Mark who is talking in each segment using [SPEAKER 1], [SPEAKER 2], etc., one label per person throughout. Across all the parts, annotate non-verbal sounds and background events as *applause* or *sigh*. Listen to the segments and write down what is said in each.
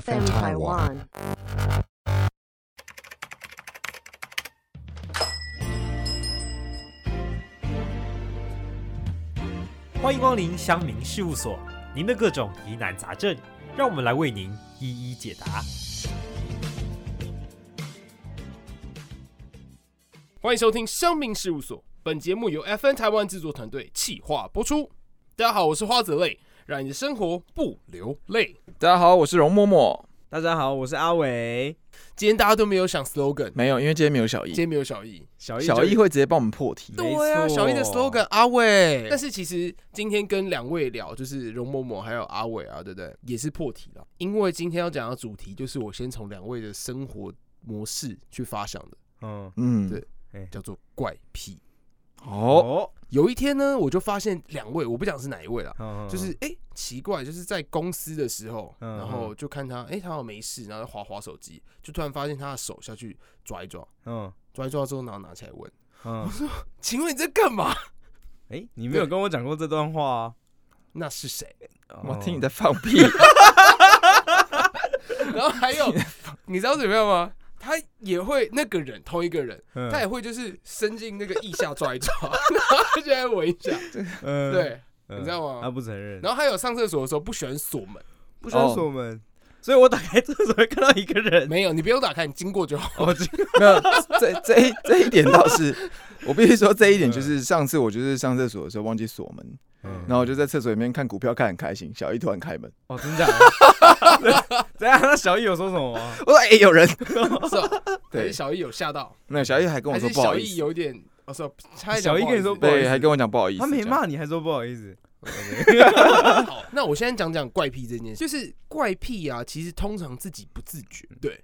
[SPEAKER 1] FM Taiwan.
[SPEAKER 2] 欢迎光临乡民事务所，您的各种疑难杂症，让我们来为您一一解答。
[SPEAKER 3] 欢迎收听香民事务所，本节目由 FN 台湾制作团队企划播出。大家好，我是花泽类，让你的生活不流泪。
[SPEAKER 4] 大家好，我是容嬷嬷。
[SPEAKER 5] 大家好，我是阿伟。
[SPEAKER 3] 今天大家都没有想 slogan，
[SPEAKER 4] 没有，因为今天没有小
[SPEAKER 3] 今
[SPEAKER 4] 易，
[SPEAKER 3] 天没有小易，
[SPEAKER 5] 小
[SPEAKER 4] 小易会直接帮我们破题。
[SPEAKER 5] 没错
[SPEAKER 3] 对啊，小易的 slogan 阿伟。但是其实今天跟两位聊，就是容嬷嬷还有阿伟啊，对不对？也是破题了，因为今天要讲的主题就是我先从两位的生活模式去发想的，
[SPEAKER 5] 嗯，
[SPEAKER 4] 嗯，
[SPEAKER 3] 对叫做怪癖。
[SPEAKER 4] 哦，
[SPEAKER 3] 有一天呢，我就发现两位，我不讲是哪一位了，
[SPEAKER 5] 哦
[SPEAKER 3] 就是哎、诶奇怪，就是在公司的时候，
[SPEAKER 5] 嗯
[SPEAKER 3] 然后就看他，哎、他好像没事，然后就滑滑手机，就突然发现他的手下去抓一抓，
[SPEAKER 5] 嗯
[SPEAKER 3] 抓一抓之后，然后拿起来问，
[SPEAKER 5] 嗯，
[SPEAKER 3] 请问你在干嘛？ *laughs*
[SPEAKER 5] 哎、你没有跟我讲过这段话
[SPEAKER 3] 那是谁？ *laughs*
[SPEAKER 5] 啊？
[SPEAKER 4] 我听你
[SPEAKER 5] 的，
[SPEAKER 4] 在放屁。 *laughs*
[SPEAKER 3] 然后
[SPEAKER 5] *laughs*
[SPEAKER 3] 还有，你知道怎么样吗？他也会那个人同一个人，
[SPEAKER 5] 嗯
[SPEAKER 3] 他也会就是伸进那个腋下抓一 *laughs* 抓，然后他就来闻一下，
[SPEAKER 5] 嗯，
[SPEAKER 3] 对。
[SPEAKER 5] 嗯
[SPEAKER 3] 你知道吗
[SPEAKER 5] 他不承认，
[SPEAKER 3] 然后还有上厕所的时候不喜欢锁门，
[SPEAKER 5] 不相信我们，哦所以我打开厕所会看到一个
[SPEAKER 3] *laughs*
[SPEAKER 5] 人。
[SPEAKER 3] 没有，你不用打开，你经过就好。
[SPEAKER 5] 哦，这个
[SPEAKER 4] 没有，这这一这一点倒是，我必须说这一点
[SPEAKER 5] 嗯
[SPEAKER 4] 就是上次我就是上厕所的时候忘记锁门，然后我就在厕所里面看股票看很开心，小易突然开门，
[SPEAKER 5] 哦，真 *laughs* 假的？怎啊样？那小易有说什么吗？
[SPEAKER 4] 我说哎、有人，
[SPEAKER 3] 是哦，
[SPEAKER 5] *laughs*
[SPEAKER 3] 还是
[SPEAKER 4] 对，
[SPEAKER 3] 小易有吓到，
[SPEAKER 4] 那小易还跟我
[SPEAKER 3] 还
[SPEAKER 4] 说
[SPEAKER 3] 是
[SPEAKER 4] 不好
[SPEAKER 3] 小
[SPEAKER 4] 意
[SPEAKER 3] 易
[SPEAKER 4] 思，
[SPEAKER 3] 有点，哦我说
[SPEAKER 5] 小易跟你说不好意
[SPEAKER 4] 对，
[SPEAKER 5] 思
[SPEAKER 4] 还跟我讲不好意思，
[SPEAKER 5] 他没
[SPEAKER 4] 这样，
[SPEAKER 5] 骂你，还说不好意思。
[SPEAKER 3] 好， *laughs* 那我现在讲讲怪癖这件事，就是怪癖啊，其实通常自己不自觉，对，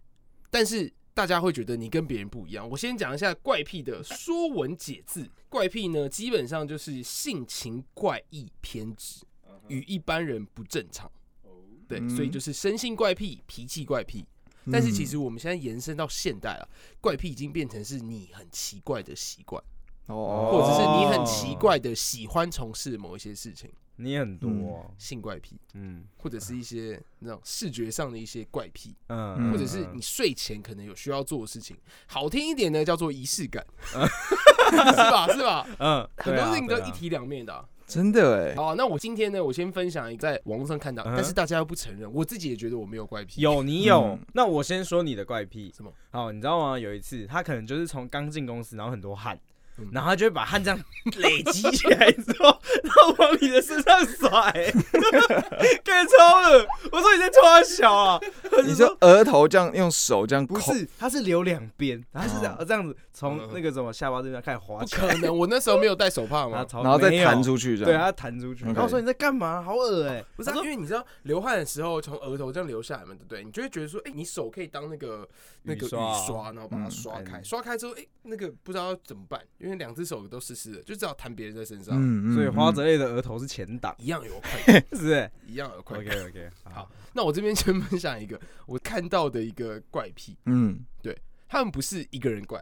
[SPEAKER 3] 但是大家会觉得你跟别人不一样。我先讲一下怪癖的《说文解字》，怪癖呢，基本上就是性情怪异、偏执，与一般人不正常。对，
[SPEAKER 4] 嗯
[SPEAKER 3] 所以就是生性怪癖、脾气怪癖。但是其实
[SPEAKER 4] 嗯、
[SPEAKER 3] 我们现在延伸到现代了，怪癖已经变成是你很奇怪的习惯，
[SPEAKER 4] 哦，
[SPEAKER 3] 或者是你很奇怪的喜欢从事某一些事情，
[SPEAKER 5] 你很多、啊
[SPEAKER 3] 性怪癖。
[SPEAKER 5] 嗯
[SPEAKER 3] 或者是一些那种视觉上的一些怪癖，
[SPEAKER 5] 嗯，
[SPEAKER 3] 或者是你睡前可能有需要做的事情，好听一点呢叫做仪式感， *laughs* 是吧？是吧？
[SPEAKER 5] 嗯，
[SPEAKER 3] 很多事情都一
[SPEAKER 5] 体。
[SPEAKER 3] 体两面的啊、
[SPEAKER 4] 真的哎、
[SPEAKER 3] 好啊，那我今天呢，我先分享一个在网络上看到，
[SPEAKER 5] 嗯哼
[SPEAKER 3] 但是大家又不承认，我自己也觉得我没有怪癖。
[SPEAKER 5] 有你有、
[SPEAKER 4] 嗯
[SPEAKER 5] 那我先说你的怪癖
[SPEAKER 3] 什么？
[SPEAKER 5] 好，你知道吗？有一次他可能就是从刚进公司，然后很多汗
[SPEAKER 3] 嗯，
[SPEAKER 5] 然后他就会把汗这样累积起来之后，然后往你的身上甩，看超了。我说你在抓小啊？他就
[SPEAKER 4] 你说额头这样用手这样
[SPEAKER 5] 不
[SPEAKER 4] 抠
[SPEAKER 5] 是，他是留两边，他是这样、这样子
[SPEAKER 3] 嗯
[SPEAKER 5] 从那个什么下巴这边开始滑
[SPEAKER 3] 不
[SPEAKER 5] 起
[SPEAKER 3] 可能，我那时候没有戴
[SPEAKER 5] *laughs*
[SPEAKER 3] 手帕
[SPEAKER 5] 来，
[SPEAKER 3] 吗？
[SPEAKER 5] 超
[SPEAKER 4] 然后再
[SPEAKER 5] 没有
[SPEAKER 4] 弹出去这
[SPEAKER 5] 对，啊
[SPEAKER 4] 样，
[SPEAKER 5] 他弹出去。
[SPEAKER 4] OK
[SPEAKER 5] 然后我说你在干嘛？好恶哎、
[SPEAKER 3] 不是啊、
[SPEAKER 5] 他说
[SPEAKER 3] 因为你知道流汗的时候从额头这样流下来嘛，对不对？你就会觉得说，哎、你手可以当那个那个
[SPEAKER 5] 雨
[SPEAKER 3] 雨
[SPEAKER 5] 刷
[SPEAKER 3] 刷，然后把它刷
[SPEAKER 5] 嗯
[SPEAKER 3] 开，
[SPEAKER 5] 嗯
[SPEAKER 3] 刷开之后，哎、那个不知道怎么办，因为两只手都湿湿的，就只好弹别人在身上，
[SPEAKER 4] 嗯
[SPEAKER 5] 所以花
[SPEAKER 4] 嗯
[SPEAKER 5] 泽类的额头是前挡，
[SPEAKER 3] 一样有快感
[SPEAKER 5] 是不是
[SPEAKER 3] 一样有快感。
[SPEAKER 5] ？OK OK，
[SPEAKER 3] 好，那我这边先分享一个我看到的一个怪癖，
[SPEAKER 4] 嗯。
[SPEAKER 3] 他们不是一个人怪，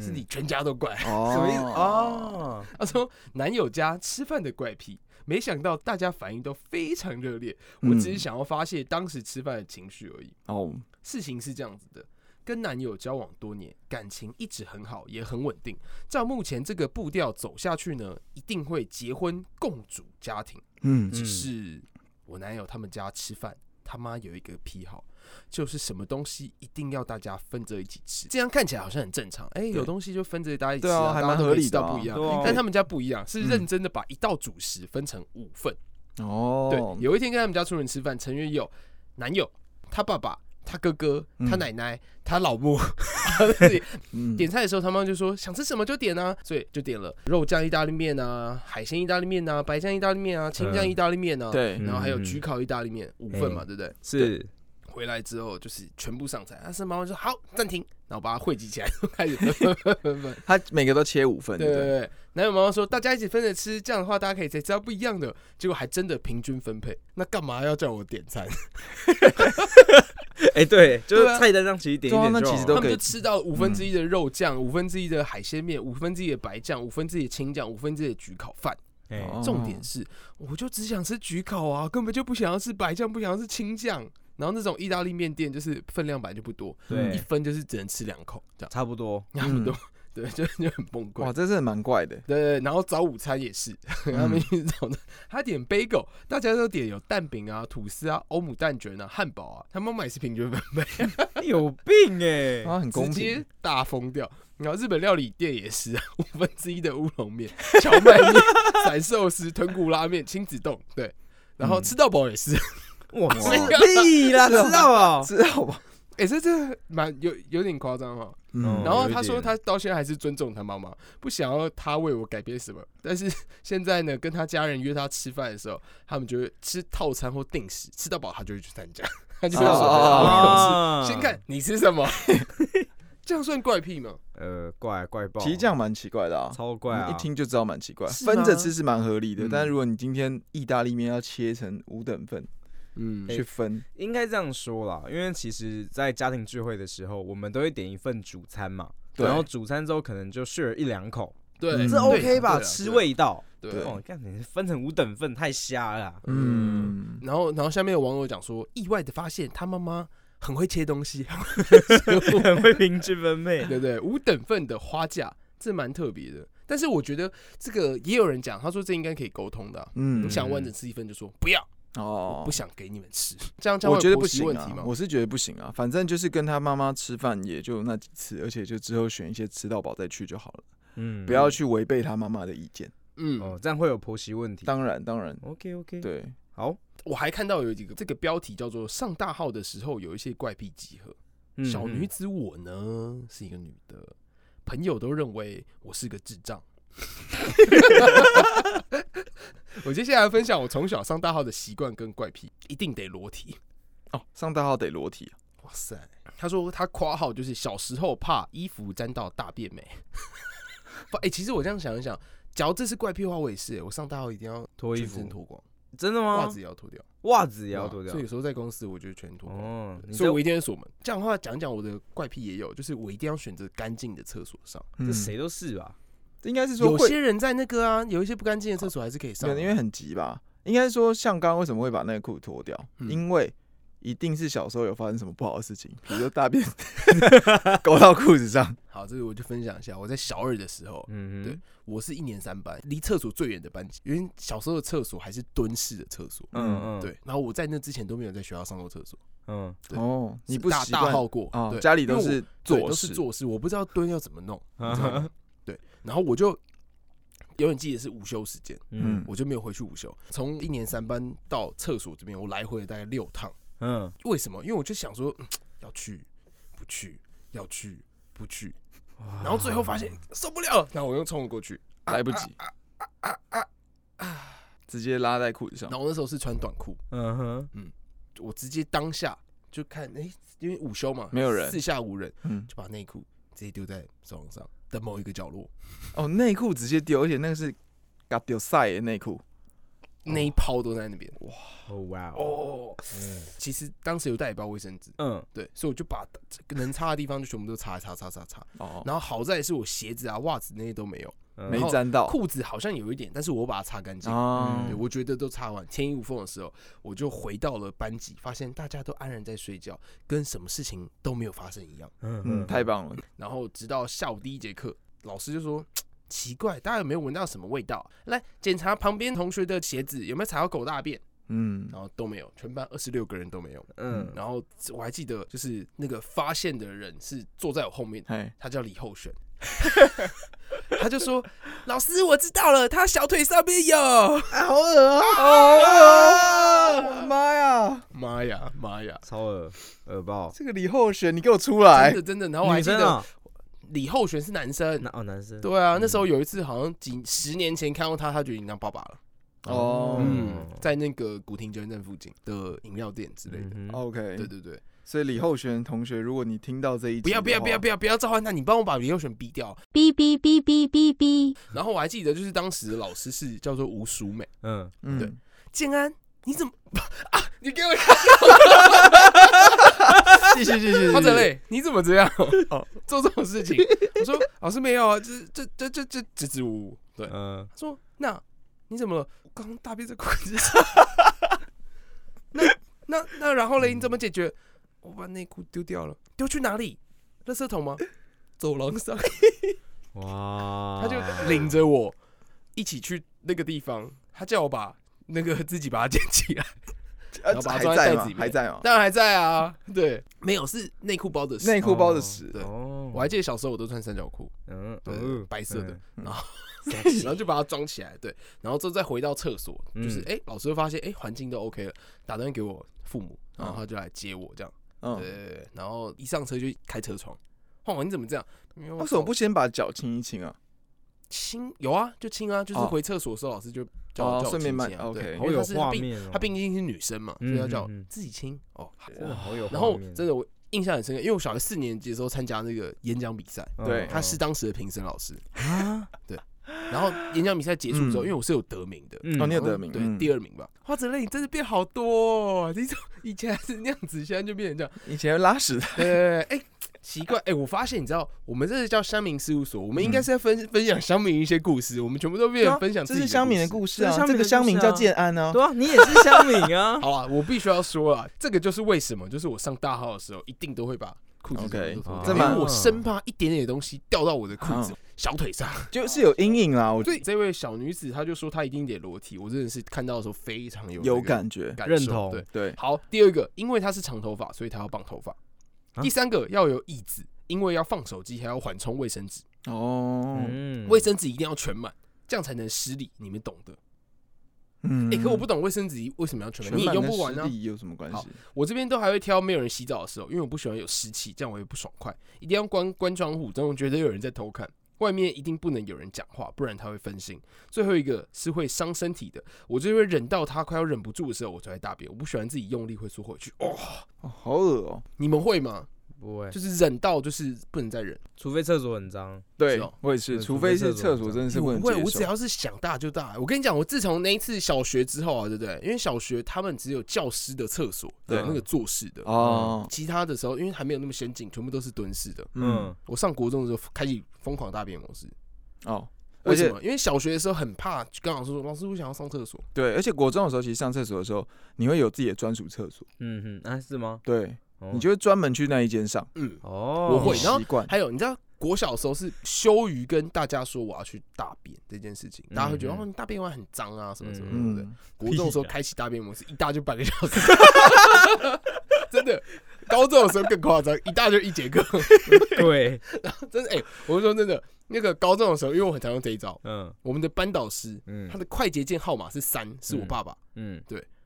[SPEAKER 3] 是你全家都怪。
[SPEAKER 4] 哦，
[SPEAKER 5] 什么意思？？哦，
[SPEAKER 3] 他说男友家吃饭的怪癖，没想到大家反应都非常热烈。我
[SPEAKER 4] 嗯
[SPEAKER 3] 只是想要发泄当时吃饭的情绪而已。
[SPEAKER 4] 哦，
[SPEAKER 3] 事情是这样子的。跟男友交往多年，感情一直很好，也很稳定。照目前这个步调走下去呢，一定会结婚共组家庭。
[SPEAKER 4] 嗯，
[SPEAKER 5] 嗯
[SPEAKER 3] 只是我男友他们家吃饭，他妈有一个癖好，就是什么东西一定要大家分着一起吃。这样看起来好像很正常，哎、有东西就分着大家一起吃、
[SPEAKER 4] 对啊还
[SPEAKER 3] 大家
[SPEAKER 4] 蛮
[SPEAKER 3] 都
[SPEAKER 4] 合理的
[SPEAKER 3] 到
[SPEAKER 4] 啊
[SPEAKER 3] 不一样。
[SPEAKER 5] 对啊
[SPEAKER 3] 但他们家不一样，是
[SPEAKER 4] 嗯
[SPEAKER 3] 认真的把一道主食分成五份。
[SPEAKER 4] 哦，
[SPEAKER 3] 对，有一天跟他们家出门吃饭，成员有男友、他爸爸、他哥哥、
[SPEAKER 4] 嗯
[SPEAKER 3] 他奶奶、他老母， *laughs* 他自己
[SPEAKER 4] 嗯
[SPEAKER 3] 点菜的时候，他妈就说想吃什么就点啊，所以就点了肉酱意大利面啊、海鲜意大利面啊、白酱意大利面啊、青酱意大利面啊，
[SPEAKER 4] 嗯对
[SPEAKER 3] 然后还有
[SPEAKER 5] 嗯
[SPEAKER 3] 焗烤意大利面五份嘛，
[SPEAKER 5] 哎
[SPEAKER 3] 对不对？
[SPEAKER 5] 是
[SPEAKER 3] 回来之后就是全部上菜，但是妈妈说好暂停，然后把它汇集起来， *laughs* 开始
[SPEAKER 4] 他每个都切五份，
[SPEAKER 3] 对
[SPEAKER 4] 不
[SPEAKER 3] 对对，男友妈妈说大家一起分着吃，这样的话大家可以才知道不一样的。结果还真的平均分配，那干嘛要叫我点餐？
[SPEAKER 5] 哎、对，就是
[SPEAKER 3] 对啊
[SPEAKER 5] 菜单上其实点一点
[SPEAKER 4] 对啊那
[SPEAKER 5] 就好
[SPEAKER 4] 其实
[SPEAKER 3] 他
[SPEAKER 4] 都
[SPEAKER 3] 们
[SPEAKER 4] 可以嗯
[SPEAKER 3] 就吃到五分之一的肉酱，五分之一的海鲜面，五分之一的白酱，五分之一的青酱，五分之一的焗烤饭。
[SPEAKER 5] 哎
[SPEAKER 4] 哦
[SPEAKER 3] 重点是，我就只想吃焗烤啊，根本就不想要吃白酱，不想要吃青酱。然后那种意大利面店就是分量本来就不多，一
[SPEAKER 5] 对，
[SPEAKER 3] 分就是只能吃两口这样，
[SPEAKER 5] 差不多。
[SPEAKER 3] 差不多。对，就就很崩溃。
[SPEAKER 4] 嗯哇，这嗯真的蛮怪的。
[SPEAKER 3] 对对，对然后早午餐也是， *laughs* 他们一直早的，他点 bagel，大家都点有蛋饼啊、吐司啊、欧姆蛋卷啊、汉堡啊，他们买是平均分配，
[SPEAKER 5] 有病哎、
[SPEAKER 4] 啊，很
[SPEAKER 3] 直
[SPEAKER 4] 公
[SPEAKER 3] 接
[SPEAKER 4] *laughs* 平。
[SPEAKER 3] 大疯掉。然后日本料理店也是
[SPEAKER 4] *laughs*
[SPEAKER 3] 啊，五分之一的乌龙面、荞麦面、散寿司、豚骨拉面、亲子冻，对，然后吃到饱也
[SPEAKER 4] 嗯
[SPEAKER 3] 是，
[SPEAKER 5] 我
[SPEAKER 4] 吃
[SPEAKER 5] 屁啦，知道啊吧？
[SPEAKER 4] 知道吧？
[SPEAKER 3] 哎、这这蛮有有点夸张哈。
[SPEAKER 5] 嗯
[SPEAKER 4] 嗯，
[SPEAKER 3] 然后
[SPEAKER 5] 有一
[SPEAKER 3] 他说
[SPEAKER 5] 点
[SPEAKER 3] 他到现在还是尊重他妈妈，不想要他为我改变什么。但是现在呢，跟他家人约他吃饭的时候，他们就会吃套餐或定时，吃到饱他就会去参加， *laughs* 他就会说
[SPEAKER 4] 哦哦哦
[SPEAKER 3] 好
[SPEAKER 5] 啊
[SPEAKER 3] 没有吃先看你吃
[SPEAKER 4] *laughs*
[SPEAKER 3] 什么，这样算怪癖吗？
[SPEAKER 5] 呃，怪怪爆，
[SPEAKER 4] 其实这样蛮奇怪的啊。
[SPEAKER 5] 超怪啊！
[SPEAKER 4] 一听就知道蛮奇怪，
[SPEAKER 5] 是
[SPEAKER 4] 分着
[SPEAKER 5] 吗
[SPEAKER 4] 吃是蛮合理的，
[SPEAKER 5] 嗯
[SPEAKER 4] 但如果你今天意大利面要切成五等份
[SPEAKER 3] 嗯
[SPEAKER 4] 去分，
[SPEAKER 5] 应该这样说啦，因为其实，在家庭聚会的时候，我们都会点一份主餐嘛，
[SPEAKER 4] 对
[SPEAKER 5] 然后主餐之后可能就 share 一两口，
[SPEAKER 3] 对，
[SPEAKER 4] 嗯
[SPEAKER 5] 这
[SPEAKER 3] 对啊
[SPEAKER 5] OK 吧？
[SPEAKER 3] 对啊
[SPEAKER 5] 吃味道。
[SPEAKER 3] 对啊
[SPEAKER 4] 对
[SPEAKER 5] 哦，干你分成五等份太瞎了啊。
[SPEAKER 3] 嗯。
[SPEAKER 4] 嗯，
[SPEAKER 3] 然后，然后下面有网友讲说，意外的发现他妈妈很会切东 *laughs* 西，
[SPEAKER 5] 很会平均分配。
[SPEAKER 3] 对不对？五等份的花架，这蛮特别的。但是我觉得这个也有人讲，他说这应该可以沟通的啊、
[SPEAKER 4] 嗯
[SPEAKER 3] 你想完整吃一份就说不要，
[SPEAKER 4] 哦
[SPEAKER 3] 不，想给你们吃，这样这样
[SPEAKER 4] 我
[SPEAKER 3] 会
[SPEAKER 4] 觉得
[SPEAKER 3] 有
[SPEAKER 4] 不
[SPEAKER 3] 婆媳
[SPEAKER 4] 行
[SPEAKER 3] 问题
[SPEAKER 4] 啊
[SPEAKER 3] 吗，？
[SPEAKER 4] 我是觉得不行啊。反正就是跟他妈妈吃饭也就那几次，而且就之后选一些吃到饱再去就好了，
[SPEAKER 5] 嗯
[SPEAKER 4] 不要去违背他妈妈的意见。
[SPEAKER 3] 嗯，
[SPEAKER 5] 哦，这样会有婆媳问题。
[SPEAKER 4] 当然，当然，
[SPEAKER 5] OK OK，，
[SPEAKER 4] 对，
[SPEAKER 5] 好，
[SPEAKER 3] 我还看到有几个这个标题叫做“上大号的时候有一些怪癖集合”，
[SPEAKER 5] 嗯
[SPEAKER 3] 小女，子我呢是一个女的，朋友都认为我是个智障。 *laughs* 我接下来分享我从小上大号的习惯跟怪癖，一定得裸体。
[SPEAKER 4] 哦，上大号得裸体啊，
[SPEAKER 3] 哇塞，他说他括号就是小时候怕衣服沾到大便没。不，哎、其实我这样想一想，假如这是怪癖的话，我也是、我上大号一定要
[SPEAKER 5] 脱衣
[SPEAKER 3] 全
[SPEAKER 5] 服
[SPEAKER 3] 身脱光，
[SPEAKER 5] 真的
[SPEAKER 3] 袜
[SPEAKER 5] 吗？
[SPEAKER 3] 子也要脱掉，
[SPEAKER 5] 袜子也要
[SPEAKER 3] 对吧
[SPEAKER 5] 脱掉
[SPEAKER 3] 所以。有时候在公司，我就全脱光。
[SPEAKER 5] 哦，你
[SPEAKER 3] 所以
[SPEAKER 5] 这
[SPEAKER 3] 我一定会锁门。这样的话，讲讲我的怪癖也有，就是我一定要选择干净的厕所上。
[SPEAKER 5] 这
[SPEAKER 4] 嗯
[SPEAKER 5] 谁都是吧？
[SPEAKER 4] 应该是说
[SPEAKER 3] 有
[SPEAKER 4] 会
[SPEAKER 3] 些人在那个啊，有一些不干净的厕所还是可以上
[SPEAKER 4] 可
[SPEAKER 5] 哦
[SPEAKER 3] 啊，
[SPEAKER 4] 能因为很急吧。应该说，像刚刚为什么会把那个裤子脱掉？
[SPEAKER 3] 嗯
[SPEAKER 4] 因为一定是小时候有发生什么不好的事情，比如说大便勾到裤子上。
[SPEAKER 3] 好，这个我就分享一下。我在小二的时候，
[SPEAKER 5] 嗯哼
[SPEAKER 3] 对，我是一年三班，离厕所最远的班级，因为小时候的厕所还是蹲式的厕所。
[SPEAKER 5] 嗯嗯，
[SPEAKER 3] 对，然后我在那之前都没有在学校上过厕所，
[SPEAKER 5] 嗯
[SPEAKER 3] 对
[SPEAKER 4] 哦，你
[SPEAKER 3] 是
[SPEAKER 4] 不
[SPEAKER 3] 大
[SPEAKER 4] 习
[SPEAKER 3] 大
[SPEAKER 4] 惯
[SPEAKER 3] 号过
[SPEAKER 4] 啊
[SPEAKER 3] 对，
[SPEAKER 4] 家里都
[SPEAKER 3] 因为我
[SPEAKER 4] 是
[SPEAKER 3] 对
[SPEAKER 4] 坐
[SPEAKER 3] 都是
[SPEAKER 4] 式，
[SPEAKER 3] 坐式，我不知道蹲要怎么弄，你知道
[SPEAKER 5] 嗯
[SPEAKER 3] 吗对，然后我就永远记得是午休时间，
[SPEAKER 5] 嗯
[SPEAKER 3] 我就没有回去午休，从一年三班到厕所这边，我来回了大概六趟。
[SPEAKER 5] 嗯，
[SPEAKER 3] 为什么？因为我就想说、嗯要去不去，要去不去，然后最后发现受不了了，然后我又冲了过去。
[SPEAKER 4] 来不及，直接拉在裤子上
[SPEAKER 3] 然。后我那时候是穿短裤，
[SPEAKER 5] 嗯哼，
[SPEAKER 3] 我直接当下就看，哎、因为午休嘛，
[SPEAKER 4] 没有人
[SPEAKER 3] 四下无人，
[SPEAKER 4] 嗯，
[SPEAKER 3] 就把内裤直接丢在走廊上的某一个角落。
[SPEAKER 4] 哦，内裤直接丢，而且那个是嘎丢晒的内裤。
[SPEAKER 3] 那一泡都在那边
[SPEAKER 5] 哦哇哦，
[SPEAKER 3] 哦，其实当时有带一包卫生纸，
[SPEAKER 5] 嗯
[SPEAKER 3] 对，所以我就把这个能擦的地方就全部都擦擦擦擦擦。
[SPEAKER 4] 哦，
[SPEAKER 3] 然后好在是我鞋子啊、袜子那些都没有，
[SPEAKER 5] 嗯，
[SPEAKER 4] 没
[SPEAKER 3] 然后
[SPEAKER 4] 沾到。
[SPEAKER 3] 裤子好像有一点，但是我把它擦干净。
[SPEAKER 4] 哦
[SPEAKER 3] 对，我觉得都擦完，天衣无缝的时候，我就回到了班级，发现大家都安然在睡觉，跟什么事情都没有发生一样。
[SPEAKER 4] 嗯，
[SPEAKER 5] 嗯
[SPEAKER 4] 太棒了。
[SPEAKER 3] 然后直到下午第一节课，老师就说：“奇怪，大家有没有闻到什么味道？来检查旁边同学的鞋子有没有踩到狗大便。”
[SPEAKER 4] 嗯，
[SPEAKER 3] 然后都没有，全班二十六个人都没有。
[SPEAKER 5] 嗯
[SPEAKER 3] 然后我还记得，就是那个发现的人是坐在我后面，
[SPEAKER 4] 哎，
[SPEAKER 3] 他叫李厚璇， *laughs* 他就说：“老师，我知道了，他小腿上面有。 *laughs*
[SPEAKER 4] 啊，好恶啊！好恶啊！妈呀，”
[SPEAKER 3] 妈呀，妈呀！
[SPEAKER 5] 超恶恶爆，
[SPEAKER 4] 这个李厚璇，你给我
[SPEAKER 3] 真
[SPEAKER 4] 出来！
[SPEAKER 3] 的真的，然后我还记
[SPEAKER 5] 哎女生
[SPEAKER 3] 得
[SPEAKER 5] 啊
[SPEAKER 3] 李厚璇是男生，
[SPEAKER 5] 男哦男生，
[SPEAKER 3] 对啊，那时候有一次好像几十年前看到他，他就已经当爸爸了。
[SPEAKER 4] 哦
[SPEAKER 3] 嗯，在那个古亭酒店站附近的饮料店之类的。
[SPEAKER 5] 嗯哼，
[SPEAKER 4] OK，
[SPEAKER 3] 对对对，
[SPEAKER 4] 所以李厚璇同学，如果你听到这一集，
[SPEAKER 3] 不要不要不要不
[SPEAKER 4] 要，
[SPEAKER 3] 要不要召唤他，你帮我把李幼璇逼掉。
[SPEAKER 1] 哔哔哔哔哔哔，
[SPEAKER 3] 然后我还记得，就是当时的老师是叫做吴淑美，
[SPEAKER 5] 嗯，
[SPEAKER 4] 嗯
[SPEAKER 3] *laughs* 对，建安，你怎么啊？你给我看，他
[SPEAKER 4] 继续继续，继续
[SPEAKER 3] 这， *laughs* 类，你怎么这样做这种事情？我说老师没有啊，这这这这这支支吾吾。对，他
[SPEAKER 5] 嗯，
[SPEAKER 3] 说 *laughs* 那你怎么了？我刚刚大便在裤子上。那那那然后嘞，你怎么解决？我把内裤丢掉了，丢去哪里？垃圾桶吗？走廊上。
[SPEAKER 2] 哇，
[SPEAKER 3] 他就领着我一起去那个地方，他叫我把那个自己把它捡起来，
[SPEAKER 4] 啊
[SPEAKER 3] 然后把它
[SPEAKER 4] 还
[SPEAKER 3] 装在
[SPEAKER 4] 在
[SPEAKER 3] 袋子
[SPEAKER 4] 吗
[SPEAKER 3] 里？面
[SPEAKER 4] 还在吗？
[SPEAKER 3] 当然还在啊，对，没有是内裤包的屎
[SPEAKER 4] 内裤包的屎，
[SPEAKER 3] 对
[SPEAKER 5] 哦
[SPEAKER 3] 我还记得小时候我都穿三角裤，
[SPEAKER 5] 嗯
[SPEAKER 3] 对，
[SPEAKER 2] 哦
[SPEAKER 3] 白色的，
[SPEAKER 5] *laughs*
[SPEAKER 4] 嗯
[SPEAKER 3] 然后 *laughs* 然后就把它装起来，对，然后之后再回到厕所，就是
[SPEAKER 5] 嗯
[SPEAKER 3] 哎、老师会发现哎环、境都 OK 了，打电话给我父母，
[SPEAKER 5] 嗯
[SPEAKER 3] 然后他就来接我这样，
[SPEAKER 4] 嗯，
[SPEAKER 3] 对对对，然后一上车就开车窗，哦你怎么这样？因为我
[SPEAKER 4] 为什么不先把脚清一清啊？
[SPEAKER 3] 亲有啊，就亲啊，就是
[SPEAKER 4] 哦
[SPEAKER 3] 回厕所的时候，老师就叫
[SPEAKER 4] 哦
[SPEAKER 3] 我叫我
[SPEAKER 4] 顺便
[SPEAKER 3] 亲
[SPEAKER 4] 慢
[SPEAKER 3] 亲啊
[SPEAKER 4] OK
[SPEAKER 3] 对因
[SPEAKER 5] 好
[SPEAKER 3] 为
[SPEAKER 5] 有
[SPEAKER 3] 她是她
[SPEAKER 5] 画
[SPEAKER 3] 毕
[SPEAKER 5] 面哦，
[SPEAKER 3] 她毕竟是女生嘛，所以
[SPEAKER 5] 嗯
[SPEAKER 3] 要叫我
[SPEAKER 5] 嗯嗯
[SPEAKER 3] 自己亲哦。
[SPEAKER 5] 真的好有画面，
[SPEAKER 3] 然后真的我印象很深刻，因为我小学四年级的时候参加那个演讲比赛，
[SPEAKER 5] 嗯
[SPEAKER 4] 对哦
[SPEAKER 3] 她是当时的评审老师。
[SPEAKER 5] 啊，
[SPEAKER 3] 然后演讲比赛结束之后，
[SPEAKER 4] 嗯
[SPEAKER 3] 因为我是有得名的，
[SPEAKER 5] 嗯
[SPEAKER 4] 哦，你
[SPEAKER 3] 然
[SPEAKER 4] 有
[SPEAKER 3] 后
[SPEAKER 4] 得名
[SPEAKER 3] 对，
[SPEAKER 4] 嗯
[SPEAKER 3] 第二名吧。花泽类，你真的变好多，哦，你从以前还是那样子，现在就变成这样。
[SPEAKER 4] 以前拉屎的，
[SPEAKER 3] 呃，哎、奇怪，哎、我发现你知道，我们这是叫乡民事务所，我们应该是在分、分享乡民一些故事，我们全部都变成分享
[SPEAKER 4] 这
[SPEAKER 3] 自己
[SPEAKER 4] 是乡民的
[SPEAKER 3] 事。，
[SPEAKER 4] 故事
[SPEAKER 5] 这是
[SPEAKER 4] 啊，
[SPEAKER 5] 乡
[SPEAKER 4] 这
[SPEAKER 5] 民的
[SPEAKER 4] 个乡民
[SPEAKER 5] 故事啊
[SPEAKER 4] 叫建安啊，
[SPEAKER 5] 对啊，你也是乡民啊
[SPEAKER 3] 好啊，我必须要说啊，这个就是为什么，就是我上大号的时候，一定都会把裤子
[SPEAKER 4] OK，
[SPEAKER 3] 全部都脱掉，
[SPEAKER 4] 这
[SPEAKER 3] 因
[SPEAKER 4] 蛮
[SPEAKER 3] 为我生怕一点点的东西掉到我的裤子
[SPEAKER 4] 嗯、
[SPEAKER 3] 小腿上。
[SPEAKER 4] 就是有阴影啦，我
[SPEAKER 3] 所以这位小女子，她就说她一定得裸体，我真的是看到的时候非常有
[SPEAKER 4] 有
[SPEAKER 3] 那个
[SPEAKER 4] 感觉，
[SPEAKER 3] 感
[SPEAKER 5] 认
[SPEAKER 3] 受
[SPEAKER 5] 同
[SPEAKER 3] 对，
[SPEAKER 4] 对，
[SPEAKER 3] 好，第二个，因为她是长头发，所以她要绑头发。
[SPEAKER 5] 啊
[SPEAKER 3] 第三个要有椅子，因为要放手机，还要缓冲卫生纸。
[SPEAKER 4] 哦，
[SPEAKER 5] 嗯
[SPEAKER 3] 卫生纸一定要全满，这样才能失礼，你们懂的。
[SPEAKER 4] 嗯
[SPEAKER 3] 哎、可我不懂卫生纸为什么要全满，你也用不完啊
[SPEAKER 4] 跟实。力有什么关
[SPEAKER 3] 好
[SPEAKER 4] 系？
[SPEAKER 3] 我这边都还会挑没有人洗澡的时候，因为我不喜欢有湿气，这样我也不爽快。一定要关关窗户，总觉得有人在偷看。外面一定不能有人讲话，不然他会分心。最后一个是会伤身体的，我就会忍到他快要忍不住的时候，我才会大便。我不喜欢自己用力会缩回去。哦， *laughs*
[SPEAKER 4] 哦好恶哦，
[SPEAKER 3] 你们会吗？
[SPEAKER 5] 不会，
[SPEAKER 3] 就是忍到就是不能再忍。
[SPEAKER 5] 除非厕所很脏，
[SPEAKER 4] 对
[SPEAKER 3] 是哦
[SPEAKER 4] 我也是，
[SPEAKER 5] 对
[SPEAKER 4] 除非
[SPEAKER 5] 除非
[SPEAKER 4] 是厕
[SPEAKER 5] 厕所
[SPEAKER 4] 所真的是
[SPEAKER 3] 我
[SPEAKER 4] 不能
[SPEAKER 3] 不会，
[SPEAKER 4] 接
[SPEAKER 3] 我只
[SPEAKER 4] 受，
[SPEAKER 3] 要是想大就大。我跟你讲，我自从那一次小学之后啊，对不对？因为小学他们只有教师的厕所，
[SPEAKER 4] 对
[SPEAKER 3] 有那个坐式的，
[SPEAKER 4] 哦，
[SPEAKER 3] 其他的时候因为还没有那么先进，全部都是蹲式的。
[SPEAKER 4] 嗯，
[SPEAKER 3] 我上国中的时候开启疯狂大便模式，
[SPEAKER 4] 哦，而
[SPEAKER 3] 为什
[SPEAKER 4] 且
[SPEAKER 3] 么？因为小学的时候很怕跟老师说，老师我想要上厕所，
[SPEAKER 4] 对，而且国中的时候，其实上厕所的时候，你会有自己的专属厕所，
[SPEAKER 5] 嗯嗯，啊是吗？
[SPEAKER 4] 对，
[SPEAKER 5] 哦
[SPEAKER 4] 你就会专门去那一间上，
[SPEAKER 3] 嗯。
[SPEAKER 5] 哦，
[SPEAKER 3] 我会
[SPEAKER 4] 你
[SPEAKER 3] 然后
[SPEAKER 4] 习惯，
[SPEAKER 3] 还有，你知道国小的时候是羞于跟大家说我要去大便这件事情，大家会觉得
[SPEAKER 5] 嗯
[SPEAKER 3] 哦你大便会很脏啊什么什么，对不对？
[SPEAKER 4] 嗯，
[SPEAKER 3] 国中的时候
[SPEAKER 5] 啊
[SPEAKER 2] 屁呀
[SPEAKER 3] 开启大便模式，一大就半个小时， *laughs* 真的。高中的时候更夸张，一大就一节课，
[SPEAKER 5] *laughs* 对，
[SPEAKER 3] 真的。哎、我是说真的，那个高中的时候，因为我很常用这一招，
[SPEAKER 5] 嗯
[SPEAKER 3] 我们的班导师他
[SPEAKER 5] 嗯
[SPEAKER 3] 的快捷键号码是三，是我爸爸，
[SPEAKER 5] 嗯，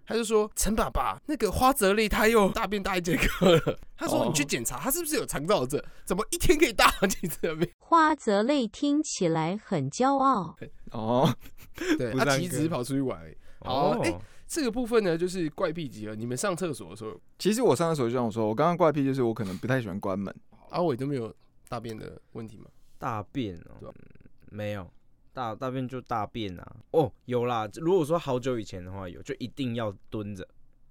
[SPEAKER 3] 他就说陈爸爸，那个花泽类他又大便大一节课了， *laughs* 他说
[SPEAKER 4] 哦
[SPEAKER 3] 你去检查他是不是有肠燥症，怎么一天可以大好几次大便？
[SPEAKER 1] 花泽类听起来很骄傲。
[SPEAKER 4] 哦， *laughs*
[SPEAKER 3] 对，
[SPEAKER 5] 不
[SPEAKER 3] 他、
[SPEAKER 5] 是
[SPEAKER 3] 其
[SPEAKER 5] 那
[SPEAKER 3] 实
[SPEAKER 5] 个
[SPEAKER 3] 只是跑出去玩而已。 *laughs* 好
[SPEAKER 5] 哦
[SPEAKER 3] 哎这个部分呢，就是怪癖集合。你们上厕所的时候，
[SPEAKER 4] 其实我上厕所就像我说，我刚刚怪癖就是我可能不太喜欢关门，
[SPEAKER 3] 阿伟啊都没有大便的问题吗？
[SPEAKER 5] 大便
[SPEAKER 3] 对啊
[SPEAKER 5] 哦，嗯没有。大大便就大便啊！哦，有啦。如果说好久以前的话，有就一定要蹲着。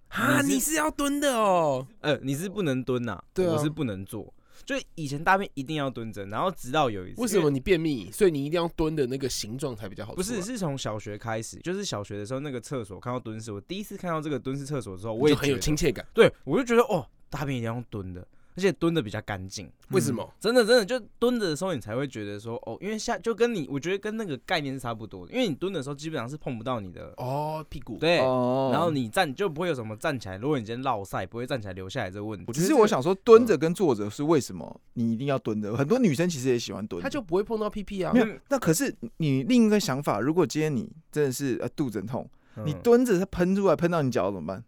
[SPEAKER 3] 啊，
[SPEAKER 5] 你是
[SPEAKER 3] 你是要蹲的哦。
[SPEAKER 5] 呃，你是不能蹲呐、
[SPEAKER 3] 对啊
[SPEAKER 5] 我是不能坐。就以前大便一定要蹲着，然后直到有一次，
[SPEAKER 3] 为什么你啊便秘？所以你一定要蹲的那个形状才比较好
[SPEAKER 5] 不
[SPEAKER 3] 出来。
[SPEAKER 5] 是，是从小学开始，就是小学的时候那个厕所看到蹲式，我第一次看到这个蹲式厕所的时候，我
[SPEAKER 3] 我
[SPEAKER 5] 也
[SPEAKER 3] 就很有
[SPEAKER 5] 觉得
[SPEAKER 3] 亲切感。
[SPEAKER 5] 对，我就觉得哦，大便一定要用蹲的，而且蹲的比较干净。
[SPEAKER 3] 为什么？
[SPEAKER 5] 真的真的，就蹲着的时候你才会觉得说哦，因为下就跟你，我觉得跟那个概念是差不多的，因为你蹲的时候基本上是碰不到你的，
[SPEAKER 3] 哦，屁股。
[SPEAKER 5] 对，
[SPEAKER 4] 哦，
[SPEAKER 5] 哎然后你站就不会有什么站起来，如果你今天落晒，不会站起来留下来这个问题。
[SPEAKER 4] 只是我想说，蹲着跟坐着是为什么你一定要蹲着？很多女生其实也喜欢蹲着，
[SPEAKER 3] 他就不会碰到屁屁啊
[SPEAKER 4] 没。有。那可是你另一个想法，如果今天你真的是呃肚子很痛，
[SPEAKER 5] 嗯
[SPEAKER 4] 你蹲着它喷出来喷到你脚怎么办？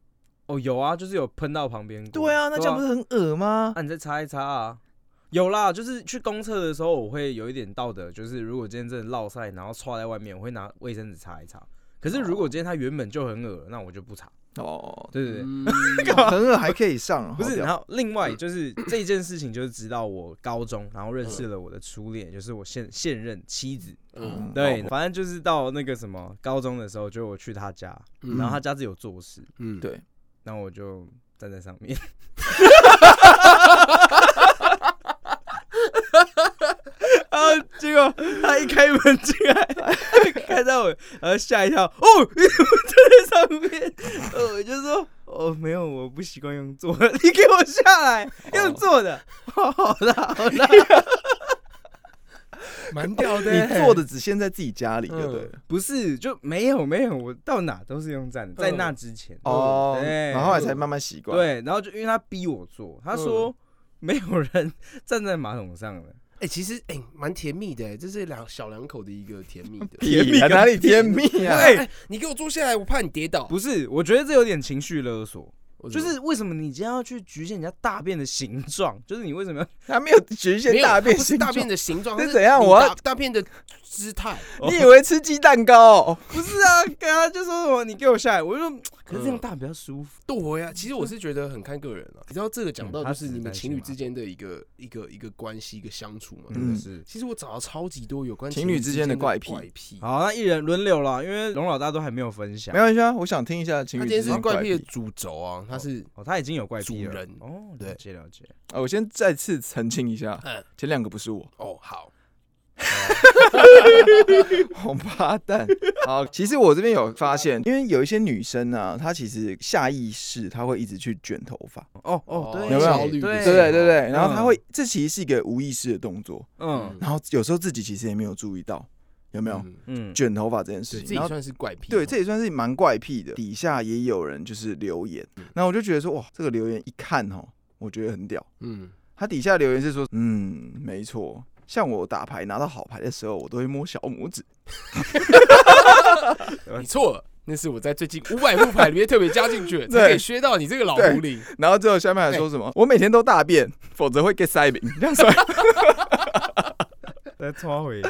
[SPEAKER 5] 哦有啊，就是有喷到旁边过。
[SPEAKER 4] 对啊，那这样不是很恶吗？
[SPEAKER 5] 啊，你再擦一擦啊。有啦，就是去公厕的时候，我会有一点道德，就是如果今天真的落晒，然后刷在外面，我会拿卫生纸擦一擦。可是如果今天它原本就很恶，那我就不擦。
[SPEAKER 4] 哦，
[SPEAKER 5] 对对对，
[SPEAKER 3] 嗯
[SPEAKER 4] *laughs* 很恶还可以上，
[SPEAKER 5] 不
[SPEAKER 4] 好
[SPEAKER 5] 是。
[SPEAKER 4] 屌嗯
[SPEAKER 5] 然后另外
[SPEAKER 4] *clears throat*
[SPEAKER 5] 就是这件事情，就是直到我高中，然后认识了我的初恋，就是我现现任妻子。
[SPEAKER 3] 嗯
[SPEAKER 4] 嗯
[SPEAKER 5] 对，
[SPEAKER 4] 好
[SPEAKER 5] 反正就是到那个什么高中的时候，就我去他家，
[SPEAKER 3] 嗯
[SPEAKER 5] 然后他家是有坐室，
[SPEAKER 3] 嗯，
[SPEAKER 4] 对，
[SPEAKER 5] 然后我就站在上面。 *laughs* 啊！结果他一开门进来， *laughs* 看到我，然后吓一跳，哦，你怎么站在上面？呃，我就说，哦，哦，没有，我不习惯用坐的，你给我下来，用坐的。好的，好的，
[SPEAKER 3] 蛮屌的欸。
[SPEAKER 4] 你做的只限在自己家里，对不对
[SPEAKER 3] 嗯？
[SPEAKER 5] 不是，就没有没有，我到哪都是用站的，在那之前。
[SPEAKER 4] 哦，
[SPEAKER 5] 嗯对
[SPEAKER 4] 然后后来才慢慢习惯。，
[SPEAKER 5] 对，然后就因为他逼我做，他说没有人 *laughs* 站在马桶上的，
[SPEAKER 3] *laughs* 哎、其实哎，蛮、甜蜜的、欸，这是两小两口的一个甜蜜的。
[SPEAKER 4] 甜蜜啊哪里甜蜜啊？
[SPEAKER 3] 哎、你给我坐下来，我怕你跌倒。
[SPEAKER 5] 不是，我觉得这有点情绪勒索。
[SPEAKER 3] 我
[SPEAKER 5] 就
[SPEAKER 3] 怎么
[SPEAKER 5] 是为什么你今天要去局限人家大便的形状？就是你为什么要？
[SPEAKER 4] 还没有局限
[SPEAKER 3] 没有
[SPEAKER 4] 大便
[SPEAKER 3] 它不是
[SPEAKER 4] 形
[SPEAKER 3] 大
[SPEAKER 4] 状，
[SPEAKER 3] 便的形状，
[SPEAKER 4] 是
[SPEAKER 3] 它
[SPEAKER 4] 怎样
[SPEAKER 3] 你
[SPEAKER 4] 我
[SPEAKER 3] 大
[SPEAKER 4] 要
[SPEAKER 3] 大便的姿态，
[SPEAKER 4] *laughs* 你以为吃鸡蛋糕哦？
[SPEAKER 5] 不是啊，刚刚就说什么你给我下来，我就说可是这样大比较舒服。
[SPEAKER 3] 对呀、其实我是觉得很看个人啊。你知道这个讲到
[SPEAKER 5] 嗯他
[SPEAKER 3] 就是是你们
[SPEAKER 5] 担心
[SPEAKER 3] 情侣
[SPEAKER 5] 嘛
[SPEAKER 3] 之间的一个一个一个关系一个相处嘛，对不
[SPEAKER 4] 嗯
[SPEAKER 3] 对？
[SPEAKER 5] 是。
[SPEAKER 3] 其实我找到超级多有关
[SPEAKER 4] 情
[SPEAKER 3] 情
[SPEAKER 4] 侣
[SPEAKER 3] 侣
[SPEAKER 4] 之
[SPEAKER 3] 之
[SPEAKER 4] 间
[SPEAKER 3] 间
[SPEAKER 4] 的怪
[SPEAKER 3] 怪
[SPEAKER 4] 癖
[SPEAKER 3] 癖。
[SPEAKER 5] 好，那一人轮流啦，因为龙老大都还没有分享
[SPEAKER 4] 没。关系啊，我想听一下情
[SPEAKER 3] 他
[SPEAKER 4] 侣
[SPEAKER 3] 今天
[SPEAKER 4] 之
[SPEAKER 3] 是
[SPEAKER 4] 间
[SPEAKER 3] 怪癖的
[SPEAKER 4] 癖。
[SPEAKER 3] 主轴啊，他是
[SPEAKER 5] 哦，他已经有怪癖了。
[SPEAKER 3] 主人
[SPEAKER 5] 哦，了
[SPEAKER 3] 对
[SPEAKER 5] 解了解。
[SPEAKER 4] 啊，我先再次澄清一下
[SPEAKER 3] 嗯，
[SPEAKER 4] 前两个不是我，
[SPEAKER 3] 哦好，
[SPEAKER 4] 王八蛋。好，其实我这边有发现，因为有一些女生啊，她其实下意识她会一直去卷头发，
[SPEAKER 5] 哦哦，对，
[SPEAKER 4] 有没有
[SPEAKER 5] 焦虑的
[SPEAKER 4] 对
[SPEAKER 5] 时
[SPEAKER 4] 不
[SPEAKER 5] 候
[SPEAKER 4] 对？对不对？然后她
[SPEAKER 5] 嗯
[SPEAKER 4] 会，这其实是一个无意识的动作，
[SPEAKER 5] 嗯
[SPEAKER 4] 然后有时候自己其实也没有注意到，有没有
[SPEAKER 3] 嗯
[SPEAKER 5] 嗯，
[SPEAKER 4] 卷头发这件事
[SPEAKER 3] 对，
[SPEAKER 4] 情？
[SPEAKER 3] 这
[SPEAKER 4] 然
[SPEAKER 3] 也
[SPEAKER 4] 后
[SPEAKER 3] 算是怪癖。
[SPEAKER 4] 对，这也算是蛮怪癖的。底下也有人就是留言，
[SPEAKER 3] 嗯
[SPEAKER 4] 那我就觉得说，哇，这个留言一看哦，我觉得很屌。
[SPEAKER 3] 嗯，
[SPEAKER 4] 他底下留言是说，嗯，没错，像我打牌拿到好牌的时候，我都会摸小拇指。呃
[SPEAKER 3] 你错了。那是我在最近五百副牌里面特别加进
[SPEAKER 4] *laughs*
[SPEAKER 3] 去的，才可以削到你这个老狐狸。
[SPEAKER 4] 然后最后下面还说什么，我每天都大便， *laughs* 否则会 get 塞饼。这样说，
[SPEAKER 5] 再抓回。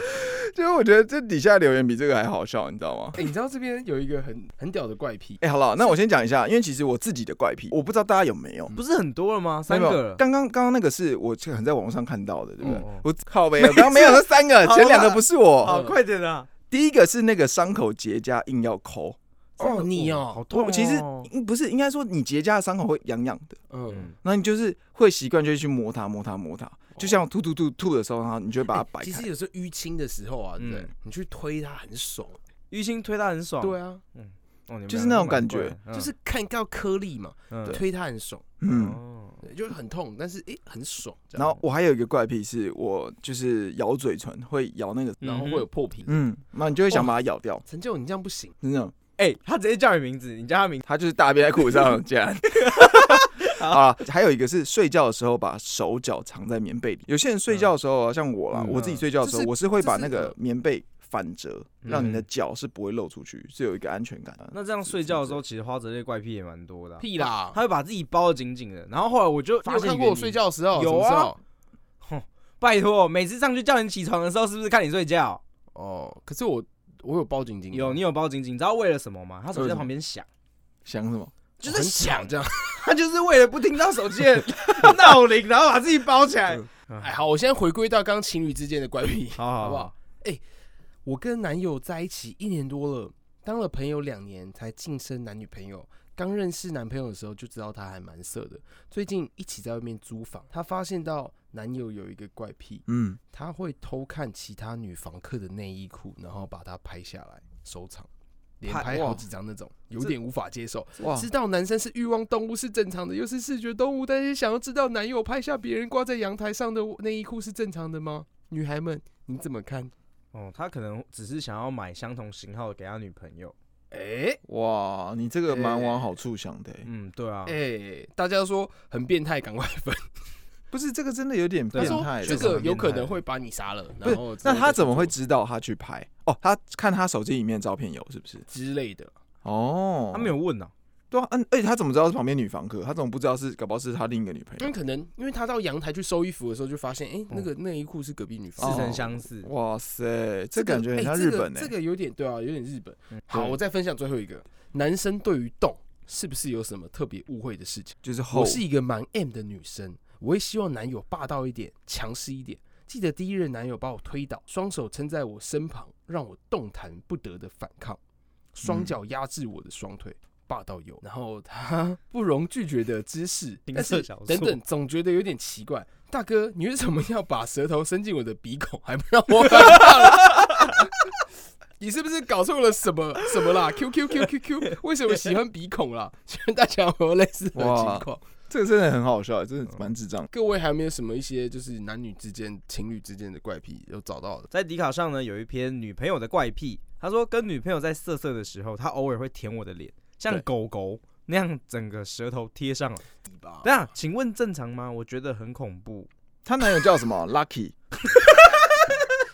[SPEAKER 4] 就是我觉得这底下留言比这个还好笑，你知道吗？
[SPEAKER 3] 哎，你知道这边有一个很很屌的怪癖，
[SPEAKER 4] 哎、好了，那我先讲一下，因为其实我自己的怪癖，我不知道大家有没有。
[SPEAKER 5] 不是很多了吗？三
[SPEAKER 4] 没有
[SPEAKER 5] 个
[SPEAKER 4] 没有
[SPEAKER 5] 了。
[SPEAKER 4] 刚刚刚刚那个是我可能在网络上看到的，对不对？
[SPEAKER 5] 哦哦
[SPEAKER 4] 我靠呗，我刚刚没有那三个，
[SPEAKER 5] 好
[SPEAKER 4] 前两
[SPEAKER 5] 啦
[SPEAKER 4] 个不是我。
[SPEAKER 5] 好，快点啊！
[SPEAKER 4] 第一个是那个伤口结痂硬要抠，
[SPEAKER 3] 哦，你哦，
[SPEAKER 5] 好痛哦。
[SPEAKER 4] 其实嗯不是应该说你结痂的伤口会痒痒的，
[SPEAKER 3] 嗯，
[SPEAKER 4] 那你就是会习惯就去摸它摸它摸它，就像吐吐吐吐的时候，然后你就会把它摆
[SPEAKER 3] 哎其
[SPEAKER 4] 开
[SPEAKER 3] 实。有时候淤青的时候啊，对不对
[SPEAKER 5] 嗯，
[SPEAKER 3] 你去推它很爽。
[SPEAKER 5] 淤青推他很爽。
[SPEAKER 3] 对啊，
[SPEAKER 5] 哦，你们
[SPEAKER 4] 就是
[SPEAKER 5] 两个
[SPEAKER 4] 那种
[SPEAKER 5] 蛮
[SPEAKER 4] 感
[SPEAKER 5] 怪
[SPEAKER 4] 觉
[SPEAKER 5] 的，
[SPEAKER 3] 就是看到颗粒嘛，
[SPEAKER 5] 嗯
[SPEAKER 3] 推它很爽，
[SPEAKER 5] 嗯
[SPEAKER 4] 嗯，
[SPEAKER 5] 哦
[SPEAKER 3] 对就是很痛，但是诶很爽。这样
[SPEAKER 4] 然后我还有一个怪癖是我就是咬嘴唇会咬那个，
[SPEAKER 3] 然后会有破皮。
[SPEAKER 4] 嗯，那你就会想把它咬掉，
[SPEAKER 3] 陈就你这样不行，
[SPEAKER 4] 真的。
[SPEAKER 5] 哎，他直接叫你名字，你叫他名字。
[SPEAKER 4] 它就是大便在裤 *laughs* 上，竟然。啊，还有一个是睡觉的时候把手脚藏在棉被里。有些人睡觉的时候啊，像我啦，
[SPEAKER 5] 嗯
[SPEAKER 4] 我自己睡觉的时候，
[SPEAKER 3] 这是
[SPEAKER 4] 我是会把
[SPEAKER 3] 这
[SPEAKER 4] 那
[SPEAKER 3] 是
[SPEAKER 4] 个棉被反折，
[SPEAKER 5] 嗯
[SPEAKER 4] 让你的脚是不会露出去，是有一个安全感的。
[SPEAKER 5] 那这样睡觉的时候，其实花泽类怪癖也蛮多的啊。
[SPEAKER 3] 屁啦！
[SPEAKER 5] 他会把自己包的紧紧的，然后后来我就
[SPEAKER 3] 你
[SPEAKER 5] 发
[SPEAKER 3] 有
[SPEAKER 5] 现
[SPEAKER 3] 看过我
[SPEAKER 5] 原
[SPEAKER 3] 睡
[SPEAKER 5] 因，
[SPEAKER 3] 觉的时候？
[SPEAKER 5] 有
[SPEAKER 3] 什么时
[SPEAKER 5] 啊
[SPEAKER 3] 候
[SPEAKER 5] 拜托，每次上去叫你起床的时候，是不是看你睡觉？
[SPEAKER 3] 哦，可是我我有包紧紧，
[SPEAKER 5] 有，你有包紧紧，你知道为了什么吗？他手机在旁边响，
[SPEAKER 4] 想什么？
[SPEAKER 5] 就
[SPEAKER 3] 很
[SPEAKER 5] 是
[SPEAKER 3] 巧
[SPEAKER 5] 响， *laughs*
[SPEAKER 3] 这样。
[SPEAKER 5] 嗯他就是为了不听到手机 *laughs* 的闹铃，然后把自己包起来。
[SPEAKER 3] 哎，好，我现在回归到刚刚情侣之间的怪癖，
[SPEAKER 5] 嗯好
[SPEAKER 3] 好不好？？哎，我跟男友在一起一年多了，当了朋友两年才晋升男女朋友。刚认识男朋友的时候就知道他还蛮色的。最近一起在外面租房，他发现到男友有一个怪癖，
[SPEAKER 4] 嗯，
[SPEAKER 3] 他会偷看其他女房客的内衣裤，然后把它拍下来收藏，连
[SPEAKER 5] 拍
[SPEAKER 3] 拍
[SPEAKER 5] 哇
[SPEAKER 3] 好几张那种，有点无法接受。
[SPEAKER 4] 哇
[SPEAKER 3] 知道男生是欲望动物是正常的，又是视觉动物，但是想要知道男友拍下别人挂在阳台上的内衣裤是正常的吗？女孩们，你怎么看？
[SPEAKER 5] 哦，他可能只是想要买相同型号给他女朋友。
[SPEAKER 3] 哎、
[SPEAKER 4] 哇，你这个蛮往好处想的欸、
[SPEAKER 5] 嗯，对啊
[SPEAKER 3] 哎、，大家都说很变态，赶快分。
[SPEAKER 4] 不是这个真的有点
[SPEAKER 5] 对
[SPEAKER 3] 他
[SPEAKER 4] 变
[SPEAKER 3] 说
[SPEAKER 4] 态
[SPEAKER 3] 这个
[SPEAKER 4] 了。
[SPEAKER 3] 有可能会把你杀了，
[SPEAKER 4] 不
[SPEAKER 3] 然
[SPEAKER 4] 是
[SPEAKER 3] 后，之
[SPEAKER 4] 那
[SPEAKER 3] 后
[SPEAKER 4] 他
[SPEAKER 3] 再
[SPEAKER 4] 怎么
[SPEAKER 3] 去
[SPEAKER 4] 会
[SPEAKER 3] 做
[SPEAKER 4] 知道他去拍？哦，他看他手机里面的照片有是不是？
[SPEAKER 3] 之类的？
[SPEAKER 4] 哦，
[SPEAKER 5] 他没有问啊。
[SPEAKER 4] 对啊，嗯，而且他怎么知道是旁边女房客？他怎么不知道是搞不好是他另一个女朋
[SPEAKER 3] 因为
[SPEAKER 4] 友？
[SPEAKER 3] 可能因为他到阳台去收衣服的时候，就发现哎、那个内衣裤是隔壁女
[SPEAKER 5] 似
[SPEAKER 3] 房
[SPEAKER 4] 嗯哦
[SPEAKER 3] 客。
[SPEAKER 5] 曾相识。
[SPEAKER 4] *laughs* 哇塞，这感觉很像
[SPEAKER 3] 哎
[SPEAKER 4] 日本呢、
[SPEAKER 3] 这
[SPEAKER 4] 欸嗯
[SPEAKER 3] 个这个有点对啊，有点日本。好，
[SPEAKER 4] 对
[SPEAKER 3] 我再分享最后一个，男生对于动是不是有什么特别误会的事情？
[SPEAKER 4] 就是后
[SPEAKER 3] 我是一个蛮 M 的女生，我会希望男友霸道一点，强势一点。记得第一任男友把我推倒，双手撑在我身旁，让我动弹不得的反抗，双脚压制我的双腿。霸道有，然后他不容拒绝的姿势，
[SPEAKER 5] *laughs* 情
[SPEAKER 3] 但
[SPEAKER 5] 色
[SPEAKER 3] 是
[SPEAKER 5] 小说
[SPEAKER 3] 等等，总觉得有点奇怪。大哥，你为什么要把舌头伸进我的鼻孔，还不让我反抗？ *laughs* 你是不是搞错了什么什么啦？Q Q Q Q Q，为什么喜欢鼻孔啦？ *laughs* 希望大家有没有类似的情况。
[SPEAKER 4] 这个真的很好笑，欸真的蛮智障。
[SPEAKER 3] 各位还有没有什么一些就是男女之间、情侣之间的怪癖有找到的？
[SPEAKER 5] 在迪卡上呢，有一篇女朋友的怪癖，她说跟女朋友在色色的时候，她偶尔会舔我的脸，像
[SPEAKER 3] 对
[SPEAKER 5] 狗狗那样，整个舌头贴上来。等一下，请问正常吗？我觉得很恐怖。
[SPEAKER 4] 她男友叫什么？Lucky，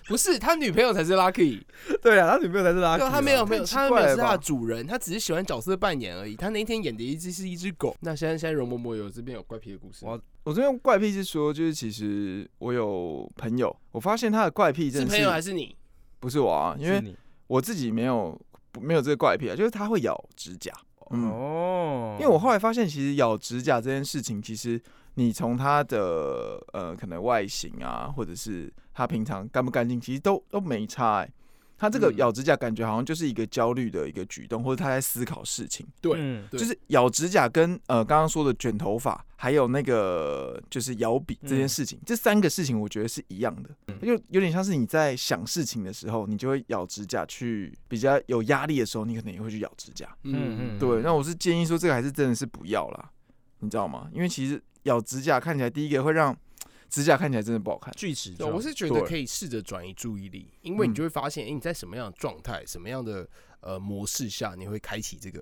[SPEAKER 3] 不是，他女朋友才是 Lucky，
[SPEAKER 5] 对啊，他女朋友才是拉
[SPEAKER 3] 对，他没有没有，
[SPEAKER 4] 太奇怪
[SPEAKER 3] 他没
[SPEAKER 4] 了吧
[SPEAKER 3] 有是他的主人，他只是喜欢角色扮演而已。他那一天演的一只是一只狗。那现在现在容嬷嬷有这边有怪癖的故事吗，
[SPEAKER 5] 哇
[SPEAKER 4] 我这边怪癖是说，就是其实我有朋友，我发现他的怪癖真
[SPEAKER 3] 是
[SPEAKER 4] 的
[SPEAKER 3] 朋
[SPEAKER 4] 是
[SPEAKER 3] 友还是你？
[SPEAKER 4] 不是我啊，因
[SPEAKER 5] 是
[SPEAKER 4] 为
[SPEAKER 5] 你
[SPEAKER 4] 我自己没有没有这个怪癖啊，就是他会咬指甲。嗯，
[SPEAKER 5] 哦，
[SPEAKER 4] 因为我后来发现，其实咬指甲这件事情，其实你从它的呃可能外形啊，或者是它平常干不干净，其实都都没差、欸。他这个
[SPEAKER 3] 嗯
[SPEAKER 4] 咬指甲感觉好像就是一个焦虑的一个举动，或者他在思考事情。
[SPEAKER 3] 对
[SPEAKER 5] 嗯
[SPEAKER 3] 对
[SPEAKER 4] 就是咬指甲跟呃刚刚说的卷头发，还有那个就是摇笔这
[SPEAKER 3] 嗯
[SPEAKER 4] 件事情，这三个事情我觉得是一样的，就有点像是你在想事情的时候，你就会咬指甲去比较有压力的时候，你可能也会去咬指甲。
[SPEAKER 5] 嗯嗯
[SPEAKER 4] 对，那我是建议说这个还是真的是不要啦，你知道吗？因为其实咬指甲看起来，第一个会让指甲看起来真的不好看。
[SPEAKER 5] 锯齿
[SPEAKER 3] 对，
[SPEAKER 5] 状，
[SPEAKER 3] 我是觉得
[SPEAKER 4] 啊对
[SPEAKER 3] 可以试着转移注意力，因为你
[SPEAKER 4] 嗯
[SPEAKER 3] 就会发现，哎、你在什么样的状态、什么样的呃模式下，你会开启这个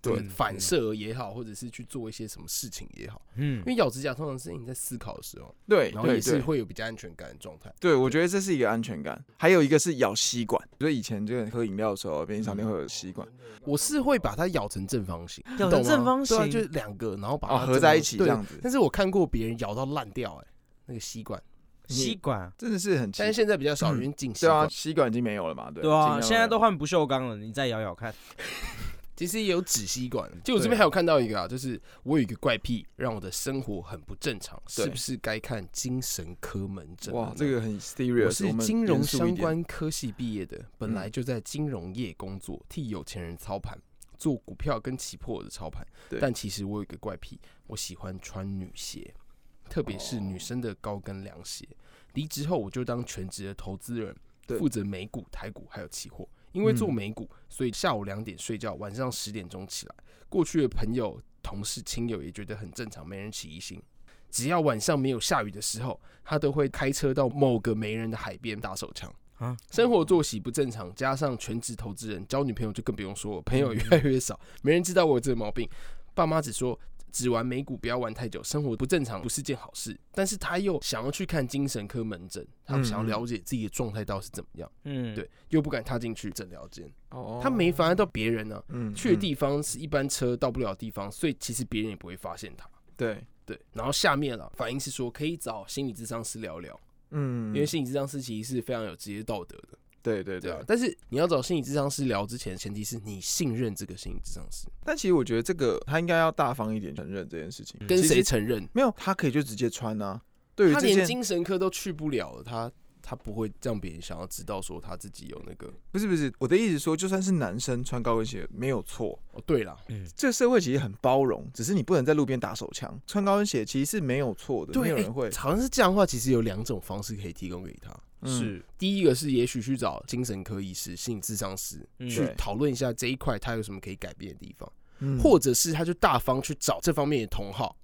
[SPEAKER 3] 这个
[SPEAKER 5] 对
[SPEAKER 4] 嗯
[SPEAKER 3] 反射也好，或者是去做一些什么事情也好。
[SPEAKER 5] 嗯
[SPEAKER 3] 因为咬指甲通常是你在思考的时候，
[SPEAKER 4] 对
[SPEAKER 3] 然后也
[SPEAKER 4] 对
[SPEAKER 3] 是
[SPEAKER 4] 对，
[SPEAKER 3] 会有比较安全感的状态。
[SPEAKER 4] 对我觉得这是一个安全感。还有一个是咬吸管，所以以前就是喝饮料的时候，便利商店会有吸管，
[SPEAKER 3] 我是会把它咬成正方形，
[SPEAKER 5] 咬成
[SPEAKER 3] 你懂吗
[SPEAKER 5] 正方形
[SPEAKER 3] 对啊、就是两个，然后把它
[SPEAKER 4] 哦
[SPEAKER 3] 正方、
[SPEAKER 4] 合在一起这
[SPEAKER 3] 对，
[SPEAKER 4] 样子，
[SPEAKER 3] 但是我看过别人咬到烂掉、哎，那个吸管，
[SPEAKER 5] 吸管，
[SPEAKER 4] 真的是很奇
[SPEAKER 3] 但是。现在比较少，因为进吸
[SPEAKER 4] 对
[SPEAKER 3] 管
[SPEAKER 4] 啊，，吸管已经没有了嘛，对
[SPEAKER 5] 对啊，现在都
[SPEAKER 4] 换
[SPEAKER 5] 换不锈钢了，你再咬咬看。
[SPEAKER 3] 其实也有纸吸管。就我这边还有看到一个啊，就是我有一个怪癖，让我的生活很不正常，
[SPEAKER 4] 对
[SPEAKER 3] 是不是该看精神科门诊了呢？
[SPEAKER 4] 哇，这个很
[SPEAKER 3] 我
[SPEAKER 4] serious，
[SPEAKER 3] 是
[SPEAKER 4] 们
[SPEAKER 3] 金融
[SPEAKER 4] 严肃一
[SPEAKER 3] 相
[SPEAKER 4] 点嗯
[SPEAKER 3] 关科系毕业的，本来就在金融业工作，替有钱人操盘，做股票跟期货的操盘
[SPEAKER 4] 对。
[SPEAKER 3] 但其实我有一个怪癖，我喜欢穿女鞋，特别是女生的高跟凉鞋。离职后我就当全职的投资人，
[SPEAKER 4] 对
[SPEAKER 3] 负责美股、台股还有期货。因为做
[SPEAKER 5] 嗯
[SPEAKER 3] 美股，所以下午两点睡觉，晚上十点钟起来。过去的朋友、同事、亲友也觉得很正常，没人起疑心。只要晚上没有下雨的时候，他都会开车到某个没人的海边打手枪
[SPEAKER 5] 啊
[SPEAKER 3] 生活作息不正常，加上全职投资人，交女朋友就更不用说了，朋友越来越少，没人知道我有这个毛病。爸妈只说只玩美股不要玩太久，生活不正常不是件好事。但是他又想要去看精神科门诊，他们想要
[SPEAKER 5] 嗯嗯
[SPEAKER 3] 了解自己的状态到底是怎么样，
[SPEAKER 5] 嗯，
[SPEAKER 3] 对，又不敢踏进去诊疗间，
[SPEAKER 4] 哦
[SPEAKER 3] 他没妨碍到别人呢、
[SPEAKER 4] 嗯
[SPEAKER 3] 去的
[SPEAKER 4] 嗯
[SPEAKER 3] 地方是一般车到不了的地方，所以其实别人也不会发现他。
[SPEAKER 4] 对，
[SPEAKER 3] 对，然后下面了反应是说可以找心理咨商师聊聊，
[SPEAKER 4] 嗯，
[SPEAKER 3] 因为心理咨商师其实是非常有职业道德的，
[SPEAKER 4] 对对
[SPEAKER 3] 对
[SPEAKER 4] 对
[SPEAKER 3] 啊。但是你要找心理咨商师聊之前，前提是你信任这个心理咨商师，
[SPEAKER 4] 但其实我觉得这个他应该要大方一点承认这件事情。
[SPEAKER 3] 跟
[SPEAKER 4] 其实
[SPEAKER 3] 谁承认？
[SPEAKER 4] 没有，他可以就直接穿啊。对于
[SPEAKER 3] 他
[SPEAKER 4] 这
[SPEAKER 3] 连
[SPEAKER 4] 件
[SPEAKER 3] 精神科都去不了了，他他不会让别人想要知道说他自己有那个。
[SPEAKER 4] 不是不是，我的意思说，就算是男生穿高跟鞋没有错，
[SPEAKER 3] 哦，对了，
[SPEAKER 4] 这个社会其实很包容，只是你不能在路边打手枪。穿高跟鞋其实是没有错的，没有人会
[SPEAKER 3] 诶。好像是这样的话，其实有两种方式可以提供给他。
[SPEAKER 4] 嗯
[SPEAKER 5] 是
[SPEAKER 3] 第一个是，也许去找精神科医师、心理咨商师
[SPEAKER 5] 嗯
[SPEAKER 3] 去讨论一下这一块，他有什么可以改变的地方。
[SPEAKER 4] 嗯
[SPEAKER 3] 或者是他就大方去找这方面的同好。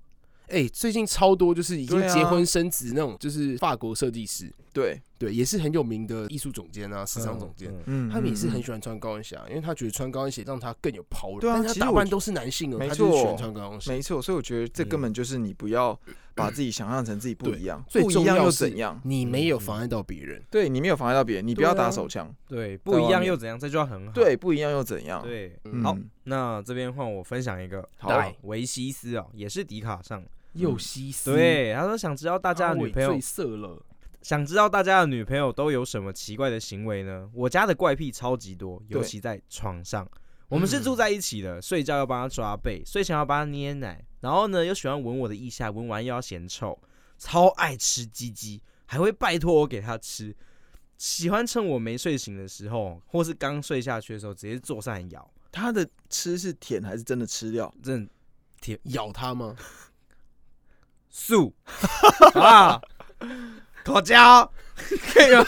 [SPEAKER 3] 哎、最近超多就是已经
[SPEAKER 4] 对啊
[SPEAKER 3] 结婚生子那种，就是法国设计师，
[SPEAKER 4] 对，
[SPEAKER 3] 对，也是很有名的艺术总监啊、时尚总监，
[SPEAKER 5] 嗯
[SPEAKER 4] 嗯
[SPEAKER 3] 他们也是很
[SPEAKER 4] 嗯
[SPEAKER 3] 喜欢穿高跟鞋啊，因为他觉得穿高跟鞋让他更有 power。
[SPEAKER 4] 对啊
[SPEAKER 3] 但是他
[SPEAKER 4] 其实
[SPEAKER 3] 打
[SPEAKER 4] 我
[SPEAKER 3] 扮
[SPEAKER 4] 觉
[SPEAKER 3] 都是男性哦，
[SPEAKER 4] 没
[SPEAKER 3] 他就是喜欢
[SPEAKER 4] 错
[SPEAKER 3] 穿高跟鞋。
[SPEAKER 4] 没错，所以我觉得
[SPEAKER 3] 嗯
[SPEAKER 4] 这根本就是你不要把自己想象成自己不一样，
[SPEAKER 3] 最
[SPEAKER 4] 不一
[SPEAKER 3] 重
[SPEAKER 4] 样
[SPEAKER 3] 要
[SPEAKER 4] 又
[SPEAKER 3] 是
[SPEAKER 4] 怎样？
[SPEAKER 3] 你没有妨碍到别人，
[SPEAKER 4] 对你没有妨碍到别人，你不
[SPEAKER 3] 对
[SPEAKER 4] 要
[SPEAKER 3] 啊
[SPEAKER 4] 打手枪。
[SPEAKER 5] 对，不一样又怎样？这句话很好。
[SPEAKER 4] 对，不一样又怎样？
[SPEAKER 5] 对，
[SPEAKER 4] 嗯
[SPEAKER 5] 好，那这边换我分享一个，
[SPEAKER 4] 好
[SPEAKER 3] 来
[SPEAKER 5] 维西斯哦，也是迪卡上。
[SPEAKER 3] 又西斯，
[SPEAKER 5] 对，他说想知道大
[SPEAKER 3] 大
[SPEAKER 5] 家的女朋友
[SPEAKER 3] 最，色了，
[SPEAKER 5] 想知道大家的女朋友都有什么奇怪的行为呢？我家的怪癖超级多，
[SPEAKER 4] 对
[SPEAKER 5] 尤其在床上。我们是住在一起的，睡觉要帮他抓背，睡前要帮他捏奶，然后呢又喜欢闻我的腋下，闻完又要嫌臭，超爱吃鸡鸡，还会拜托我给他吃，喜欢趁我没睡醒的时候，或是刚睡下去的时候，直接坐上来咬，
[SPEAKER 4] 他的吃是舔还是真的吃掉？
[SPEAKER 5] 真的
[SPEAKER 3] 咬他吗？
[SPEAKER 5] *laughs* 素啊，口交，可以吗？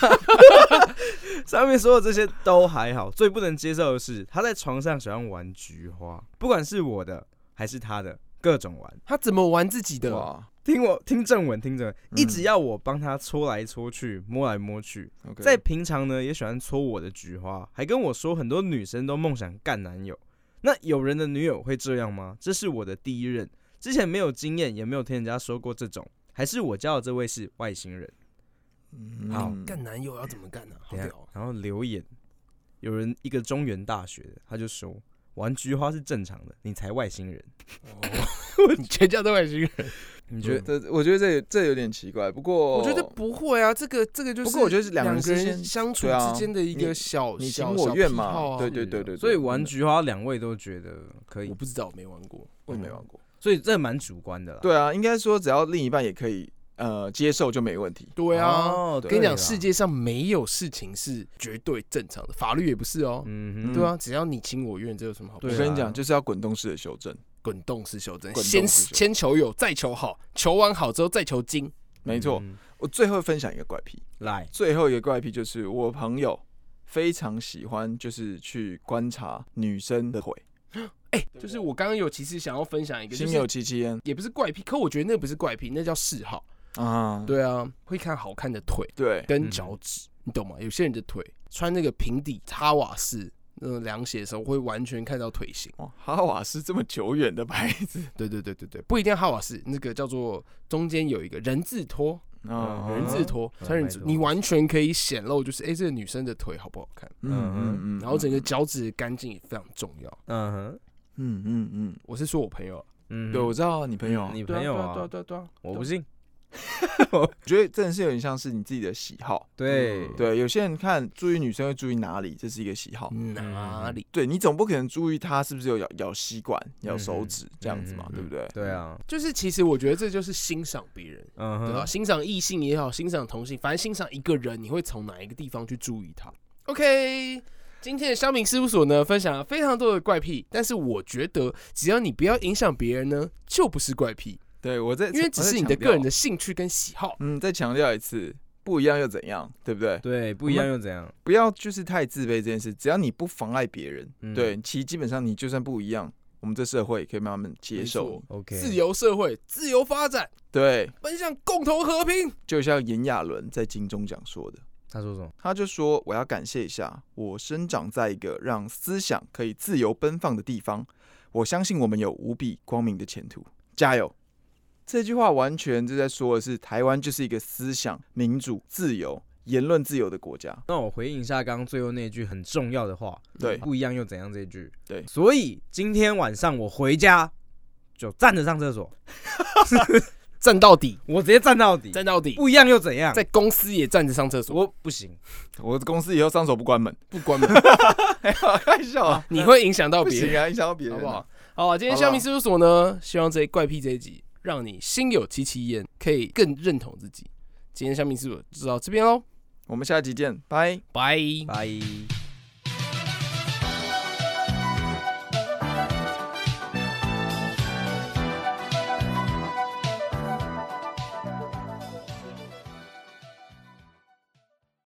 [SPEAKER 5] *laughs* 上面所有这些都还好，最不能接受的是他在床上喜欢玩菊花，不管是我的还是他的，各种玩。
[SPEAKER 3] 他怎么玩自己的？
[SPEAKER 4] 哇
[SPEAKER 5] 听我听正文，听正文，
[SPEAKER 4] 嗯
[SPEAKER 5] 一直要我帮他搓来搓去，摸来摸去。
[SPEAKER 4] ，OK，
[SPEAKER 5] 在平常呢，也喜欢搓我的菊花，还跟我说很多女生都梦想干男友。那有人的女友会这样吗？这是我的第一任，之前没有经验，也没有听人家说过这种。还是我交的这位是外星人。
[SPEAKER 4] 嗯
[SPEAKER 5] 好
[SPEAKER 3] 干男友要怎么干呢？好
[SPEAKER 5] 等一
[SPEAKER 3] 屌
[SPEAKER 5] 下
[SPEAKER 3] 哦，
[SPEAKER 5] 然后留言，有人一个中原大学的，他就说玩菊花是正常的，你才外星人。
[SPEAKER 3] 你
[SPEAKER 4] 啊
[SPEAKER 3] *laughs* 全家都外星人？
[SPEAKER 5] 你
[SPEAKER 4] 觉
[SPEAKER 5] 觉得？
[SPEAKER 4] 得这我觉得这这有点奇怪，不过
[SPEAKER 3] 我觉得不会啊，这个这个就是。
[SPEAKER 4] 哦不过我觉得是两
[SPEAKER 3] 两个
[SPEAKER 4] 人之
[SPEAKER 3] 人
[SPEAKER 4] 间
[SPEAKER 3] 相处
[SPEAKER 4] 对啊
[SPEAKER 3] 之间的一个
[SPEAKER 4] 你
[SPEAKER 3] 小
[SPEAKER 4] 你
[SPEAKER 3] 小
[SPEAKER 4] 情我
[SPEAKER 3] 小
[SPEAKER 4] 愿
[SPEAKER 3] 癖好
[SPEAKER 4] 嘛，
[SPEAKER 3] 啊
[SPEAKER 4] 对对对对，
[SPEAKER 5] 所以玩
[SPEAKER 4] 具
[SPEAKER 5] 菊花两位都觉得可以
[SPEAKER 3] 我，不知道，我没玩过，
[SPEAKER 4] 我也没玩过，
[SPEAKER 5] 所以这蛮主观的啦。
[SPEAKER 4] 对啊，应该说只要另一半也可以呃接受就没问题，
[SPEAKER 3] 对啊，
[SPEAKER 5] 哦，
[SPEAKER 3] 跟你讲，
[SPEAKER 5] 对啦
[SPEAKER 3] 世界上没有事情是绝对正常的，法律也不是哦。
[SPEAKER 5] 嗯哼
[SPEAKER 3] 对啊，只要你情我愿，这有什么好？
[SPEAKER 5] 对
[SPEAKER 4] 我
[SPEAKER 5] 啊
[SPEAKER 4] 跟你讲，就是要滚动式的修正，
[SPEAKER 3] 滚动式修正，
[SPEAKER 4] 滚动式
[SPEAKER 3] 先
[SPEAKER 4] 修正
[SPEAKER 3] 先求有，再求好，求完好之后再求精。
[SPEAKER 4] 没错。
[SPEAKER 5] 嗯
[SPEAKER 4] 我最后分享一个怪癖，
[SPEAKER 5] 来，
[SPEAKER 4] 最后一个怪癖就是我朋友非常喜欢就是去观察女生的腿，
[SPEAKER 3] 哎、就是我刚刚有其实想要分享一个，就
[SPEAKER 4] 心有
[SPEAKER 3] 是
[SPEAKER 4] 戚戚焉
[SPEAKER 3] 也不是怪癖，可我觉得那不是怪癖，那叫嗜好。
[SPEAKER 4] 啊，
[SPEAKER 3] 对啊，会看好看的腿
[SPEAKER 4] 对
[SPEAKER 3] 跟
[SPEAKER 5] 嗯
[SPEAKER 3] 脚趾，你懂吗？有些人的腿穿那个平底哈瓦式那种凉鞋的时候，会完全看到腿型。
[SPEAKER 4] 哦，哈瓦斯这么久远的牌子
[SPEAKER 3] 对对对对对，不一定要哈瓦斯，那个叫做中间有一个人字拖，
[SPEAKER 4] 啊，
[SPEAKER 5] 嗯
[SPEAKER 3] 人字拖
[SPEAKER 5] 嗯
[SPEAKER 3] 穿人字
[SPEAKER 5] 拜，托
[SPEAKER 3] 你完全可以显露就是，哎、这个女生的腿好不好看？
[SPEAKER 4] 嗯嗯嗯，
[SPEAKER 3] 然后整个脚趾干净也非常重要。
[SPEAKER 5] 嗯哼，
[SPEAKER 4] 嗯嗯嗯，
[SPEAKER 3] 我是说我朋友啊，
[SPEAKER 5] 嗯哼，
[SPEAKER 4] 对，我知道你朋友啊，
[SPEAKER 5] 你朋友
[SPEAKER 3] 对啊
[SPEAKER 5] 啊，
[SPEAKER 3] 对啊对啊，
[SPEAKER 5] 我不信。
[SPEAKER 4] 我觉得真的是有点像是你自己的喜好。
[SPEAKER 5] 嗯对
[SPEAKER 4] 对，有些人看注意女生会注意哪里，这是一个喜好。
[SPEAKER 3] 嗯哪里？
[SPEAKER 4] 对你总不可能注意她是不是有咬咬吸管、咬手指这样子嘛，
[SPEAKER 5] 嗯
[SPEAKER 4] 对不对？
[SPEAKER 5] 对啊，
[SPEAKER 3] 就是其实我觉得这就是欣赏别人，
[SPEAKER 5] 嗯
[SPEAKER 3] 对吧？
[SPEAKER 5] 哼，
[SPEAKER 3] 欣赏异性也好，欣赏同性，反正欣赏一个人，你会从哪一个地方去注意他？OK。今天的香明事务所呢，分享了非常多的怪癖，但是我觉得只要你不要影响别人呢，就不是怪癖，
[SPEAKER 4] 对我在，
[SPEAKER 3] 因为只是你的
[SPEAKER 4] 我在强调啊
[SPEAKER 3] 个人的，兴趣跟喜好。
[SPEAKER 4] 嗯，再强调一次，不一样又怎样，对不对？
[SPEAKER 5] 对，不一样又怎样？
[SPEAKER 4] 不要就是太自卑这件事，只要你不妨碍别人，
[SPEAKER 5] 嗯
[SPEAKER 4] 对，其实基本上你就算不一样，我们这社会也可以慢慢接
[SPEAKER 3] 没
[SPEAKER 4] 受
[SPEAKER 3] 错
[SPEAKER 4] 你。
[SPEAKER 5] OK，
[SPEAKER 3] 自由社会，自由发展，
[SPEAKER 4] 对，
[SPEAKER 3] 奔向共同和平。
[SPEAKER 4] 就像炎亚纶在金钟奖说的。
[SPEAKER 5] 他说什么？
[SPEAKER 4] 他就说：“我要感谢一下，我生长在一个让思想可以自由奔放的地方，我相信我们有无比光明的前途，加油！”这句话完全就在说的是，台湾就是一个思想民主、自由、言论自由的国家。
[SPEAKER 5] 那我回应一下刚刚最后那句很重要的话，
[SPEAKER 4] 对
[SPEAKER 5] 不一样又怎样这一句。
[SPEAKER 4] 对
[SPEAKER 5] 所以今天晚上我回家就站着上厕所，
[SPEAKER 3] 站到底，
[SPEAKER 5] 我直接站到底，
[SPEAKER 3] 站到底，
[SPEAKER 5] 不一样又怎样？
[SPEAKER 3] 在公司也站着上厕所，
[SPEAKER 5] 我不行，
[SPEAKER 4] 我的公司以后上手不关门， *laughs*
[SPEAKER 3] 不
[SPEAKER 5] *laughs*
[SPEAKER 3] 关门，
[SPEAKER 4] 开玩笑啊，
[SPEAKER 3] 你会影响到
[SPEAKER 4] 不
[SPEAKER 3] 别
[SPEAKER 4] 行
[SPEAKER 3] 人，
[SPEAKER 4] 啊，影响到别人、
[SPEAKER 3] 好
[SPEAKER 4] 啊，
[SPEAKER 3] 不好？？好，今天香民事务所呢，希望这一怪癖这一集让你心有戚戚焉，可以更认同自己。今天香民事务所就到这边喽，
[SPEAKER 4] 我们下期见，拜。
[SPEAKER 3] 拜。
[SPEAKER 5] 拜。